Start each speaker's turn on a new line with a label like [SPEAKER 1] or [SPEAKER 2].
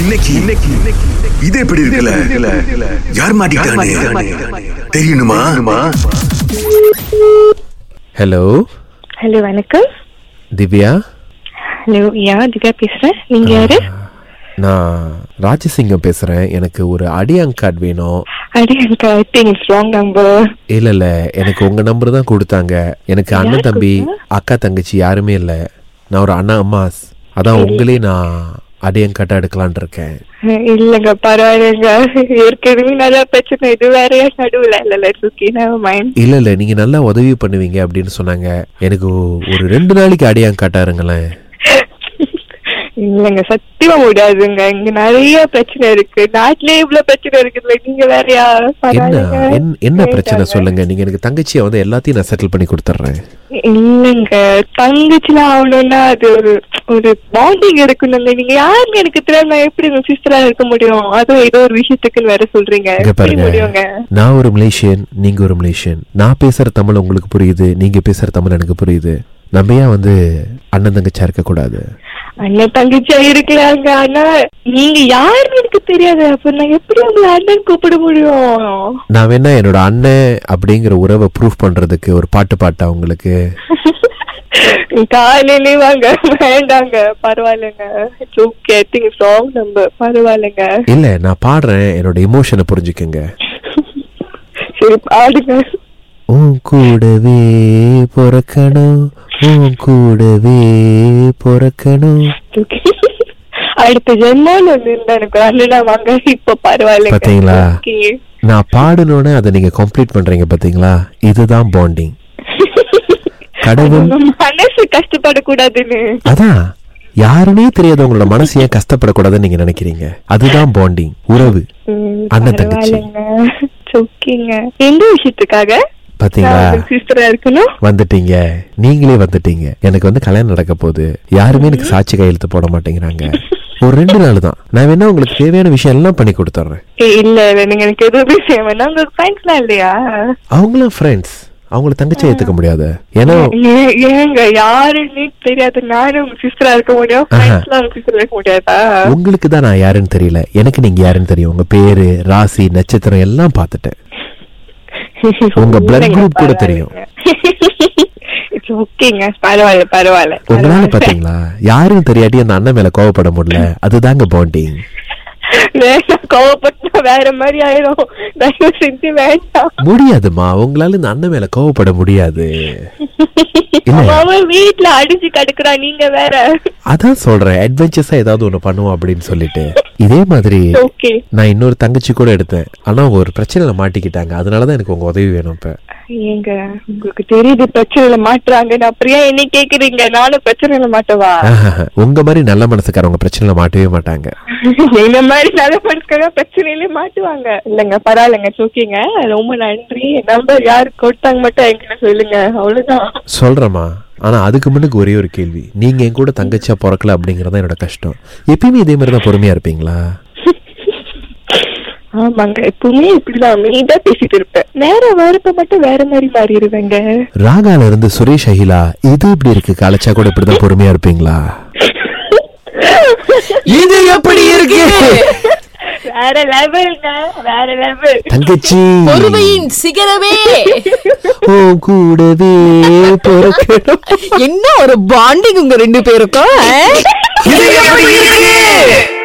[SPEAKER 1] இன்னைக்கு இன்னைக்கு இது எப்படி இருக்குல்ல யார் மாட்டிக்கிட்டானே தெரியணுமா
[SPEAKER 2] ஹலோ
[SPEAKER 3] ஹலோ வணக்கம்
[SPEAKER 2] திவ்யா
[SPEAKER 3] ஹலோ யா திகா பேசுறேன் நீங்க யாரு
[SPEAKER 2] நான் ராஜசிங்கம் பேசுறேன் எனக்கு ஒரு அடியாங் கார்டு வேணும்
[SPEAKER 3] அடி எனக்கு I think it's wrong number
[SPEAKER 2] இல்ல இல்ல எனக்கு உங்க நம்பர் தான் கொடுத்தாங்க எனக்கு அண்ணன்
[SPEAKER 3] யார்
[SPEAKER 2] தம்பி அக்கா தங்கச்சி யாருமே இல்ல நான் ஒரு அண்ணா அம்மா அதான் உங்களே நான் அடியாங் காட்டா எடுக்கலான் இருக்கேன்
[SPEAKER 3] இல்லங்க பரவாயில்லைங்க ஏற்கனவே நல்லா பிரச்சனை இது வேறயா நடுவுல இல்ல இல்ல ஓகே நெவர் மைண்ட்
[SPEAKER 2] இல்ல இல்ல நீங்க நல்லா உதவி பண்ணுவீங்க அப்படின்னு சொன்னாங்க எனக்கு ஒரு ரெண்டு நாளைக்கு அடியாங் காட்டா இருங்களேன்
[SPEAKER 3] இல்லங்க சத்தியமா முடியாதுங்க இங்க நிறைய பிரச்சனை இருக்கு நாட்டிலேயே இவ்வளவு பிரச்சனை இருக்குதுல நீங்க வேறயா
[SPEAKER 2] என்ன
[SPEAKER 3] பரவாயில்லைங்க.
[SPEAKER 2] என்- என்ன பிரச்சனை
[SPEAKER 3] வேண்டாங்க.
[SPEAKER 2] சொல்லுங்க நீங்க எனக்கு தங்கச்சியை வந்து எல்லாத்தையும் நான் செட்டில் பண்ணி கொடுத்துட்றேன்
[SPEAKER 3] இல்லங்க தங்கச்சிலாம் ஆகணும்னா அது ஒரு ஒரு பாண்டிங் இருக்கணும்ல நீங்க யாருங்க எனக்கு தெரியாம நான் எப்படி உங்க சிஸ்டரா இருக்க முடியும் அதுவும் ஏதோ ஒரு விஷயத்துக்குன்னு வேற சொல்றீங்க
[SPEAKER 2] இங்க
[SPEAKER 3] எப்படி
[SPEAKER 2] பாருங்க
[SPEAKER 3] முடியுங்க
[SPEAKER 2] நான் ஒரு மலேசியன் நீங்க ஒரு மலேசியன் நான் பேசுற தமிழ் உங்களுக்கு புரியுது நீங்க பேசுற தமிழ் எனக்கு புரியுது நம்ம ஏன் வந்து அண்ணன் தங்கச்சா இருக்க கூடாது
[SPEAKER 3] அண்ணன் தங்கச்சியா இருக்கலாங்க ஆனா நீங்க யாருன்னு எனக்கு தெரியாது அப்ப நான் எப்படி உங்களை அண்ணன் கூப்பிட முடியும்
[SPEAKER 2] நான் வேணா என்னோட அண்ணன் அப்படிங்கிற உறவை ப்ரூஃப் பண்றதுக்கு ஒரு பாட்டு பாட்டா உங்களுக்கு
[SPEAKER 3] காலையிலே வாங்க வேண்டாங்க பரவாயில்லைங்க it's okay I think it's wrong number பரவாயில்லைங்க
[SPEAKER 2] இல்ல நான் பாடுறேன் என்னோட இமோஷனை புரிஞ்சுக்கங்க
[SPEAKER 3] சரி பாடுங்க
[SPEAKER 2] உன் கூடவே பிறக்கணும் உன் கூடவே பிறக்கணும்
[SPEAKER 3] Okay. அடுத்த ஜென்மம்னு ஒண்ணு இருந்தா எனக்கு அண்ணனா வாங்க இப்ப பரவாயில்ல
[SPEAKER 2] பாத்தீங்களா? நான் பாடணும்னு அதை நீங்க கம்ப்ளீட் பண்றீங்க பாத்தீங்களா இதுதான் பாண்டிங் கடவுள்
[SPEAKER 3] மனசு கஷ்டப்படக்கூடாதுன்னு
[SPEAKER 2] அதான் யாருனே தெரியாத உங்களோட மனசு ஏன் கஷ்டப்படக்கூடாதுன்னு நீங்க நினைக்கிறீங்க அதுதான் பாண்டிங் உறவு
[SPEAKER 3] ம்,
[SPEAKER 2] அண்ணன் தங்கச்சி.
[SPEAKER 3] பரவாயில்லைங்க. It's okayங்க. எந்த விஷயத்துக்காக
[SPEAKER 2] பாத்தீங்களா
[SPEAKER 3] சிஸ்டரா இருக்கணும்
[SPEAKER 2] வந்துட்டீங்க நீங்களே வந்துட்டீங்க எனக்கு வந்து கல்யாணம் நடக்க போகுது யாருமே எனக்கு சாட்சி கையெழுத்து போட மாட்டேங்கிறாங்க ஒரு ரெண்டு நாள் தான் நான் வேணா உங்களுக்கு தேவையான விஷயம் எல்லாம் பண்ணி கொடுத்துட்றேன்
[SPEAKER 3] ஏய், இல்ல இல்ல நீங்க எனக்கு எதுவுமே செய்ய வேண்டாம் உங்களுக்கு friends எல்லாம் இல்லையா
[SPEAKER 2] அவங்களும் ஃப்ரெண்ட்ஸ் அவங்கள தங்கச்சி ஏத்துக்க முடியாது ஏன்னா
[SPEAKER 3] ஏ- ஏங்க யாருன்னு தெரியாது நானும் உங்க சிஸ்டரா இருக்க முடியும் friends எல்லாம் உங்க சிஸ்டரா இருக்க முடியாதா
[SPEAKER 2] உங்களுக்கு தான் நான் யாருன்னு தெரியல எனக்கு நீங்க யாருன்னு தெரியும் உங்க பேரு ராசி நட்சத்திரம் எல்லாம் பார்த்துட்டேன் உங்க blood group கூட தெரியும்.
[SPEAKER 3] இட்ஸ் ஓகேங்க பரவாயில்ல பரவாயில்ல
[SPEAKER 2] உங்களால
[SPEAKER 3] பரவாயில்ல.
[SPEAKER 2] பாத்தீங்களா யாரும் தெரியாட்டி அந்த அண்ணன் மேல கோவப்பட முடியல அதுதாங்க பாண்டிங்
[SPEAKER 3] வேண்டாம், கோவப்பட்டா வேற மாதிரி ஆயிரும் தயவு செஞ்சு வேண்டாம்
[SPEAKER 2] முடியாதுமா உங்களால இந்த அண்ணன் மேல கோவப்பட முடியாது இல்ல.
[SPEAKER 3] அவன் வீட்டுல அடிச்சு கடுக்குறா நீங்க வேற
[SPEAKER 2] அதான் சொல்றேன் அட்வென்ச்சர்ஸா ஏதாவது ஒண்ணு பண்ணுவோம் அப்படின்னு சொல்லிட்டு இதே மாதிரி
[SPEAKER 3] ஓகே
[SPEAKER 2] நான் இன்னொரு தங்கச்சி கூட எடுத்தேன் ஆனா அவங்க ஒரு பிரச்சனையில மாட்டிக்கிட்டாங்க அதனாலதான் எனக்கு உங்க உதவி வேணும் இப்ப
[SPEAKER 3] ஏங்க உங்களுக்கு தெரியுது பிரச்சனையில மாட்டுறாங்கன்னு அப்புறம் ஏன் என்ன கேக்குறீங்க நானும் பிரச்சனையில மாட்டவா
[SPEAKER 2] ஆஹ், உங்க மாதிரி நல்ல மனசுக்காரவங்க பிரச்சனையில மாட்டவே மாட்டாங்க
[SPEAKER 3] இந்த மாதிரி நல்ல படுக்கிறதா பிரச்சனையிலே மாட்டுவாங்க இல்லங்க பரவாயில்லைங்க ஓகேங்க ரொம்ப நன்றி நம்பர் யாரு கொடுத்தாங்க மட்டும் என்கிட்ட சொல்லுங்க அவ்வளவுதான்
[SPEAKER 2] சொல்றேம்மா ஆனா அதுக்கு முன்னுக்கு ஒரே ஒரு கேள்வி நீங்க என் கூட தங்கச்சியா பிறக்கல அப்படிங்கறத என்னோட கஷ்டம் எப்பயுமே இதே மாதிரி தான் பொறுமையா இருப்பீங்களா
[SPEAKER 3] ஆமாங்க எப்பவுமே இப்படிதான் அமைதியா பேசிட்டு இருப்பேன் நேரம் வரப்ப மட்டும் வேற மாதிரி மாறிடுவேங்க
[SPEAKER 2] ராகால இருந்து சுரேஷ் அகிலா இது இப்படி இருக்கு கலைச்சா கூட இப்படிதான் பொறுமையா இருப்பீங்களா இது எப்படி இருக்கு
[SPEAKER 3] வேற லெவல்ங்க வேற லெவல்
[SPEAKER 2] தங்கச்சி
[SPEAKER 4] பொறுமையின் சிகரமே
[SPEAKER 2] ஓ கூடவே பொறுக்கணும்
[SPEAKER 4] என்ன ஒரு பாண்டிங் உங்க ரெண்டு பேருக்கும் ஆ?
[SPEAKER 2] இது எப்படி இருக்கு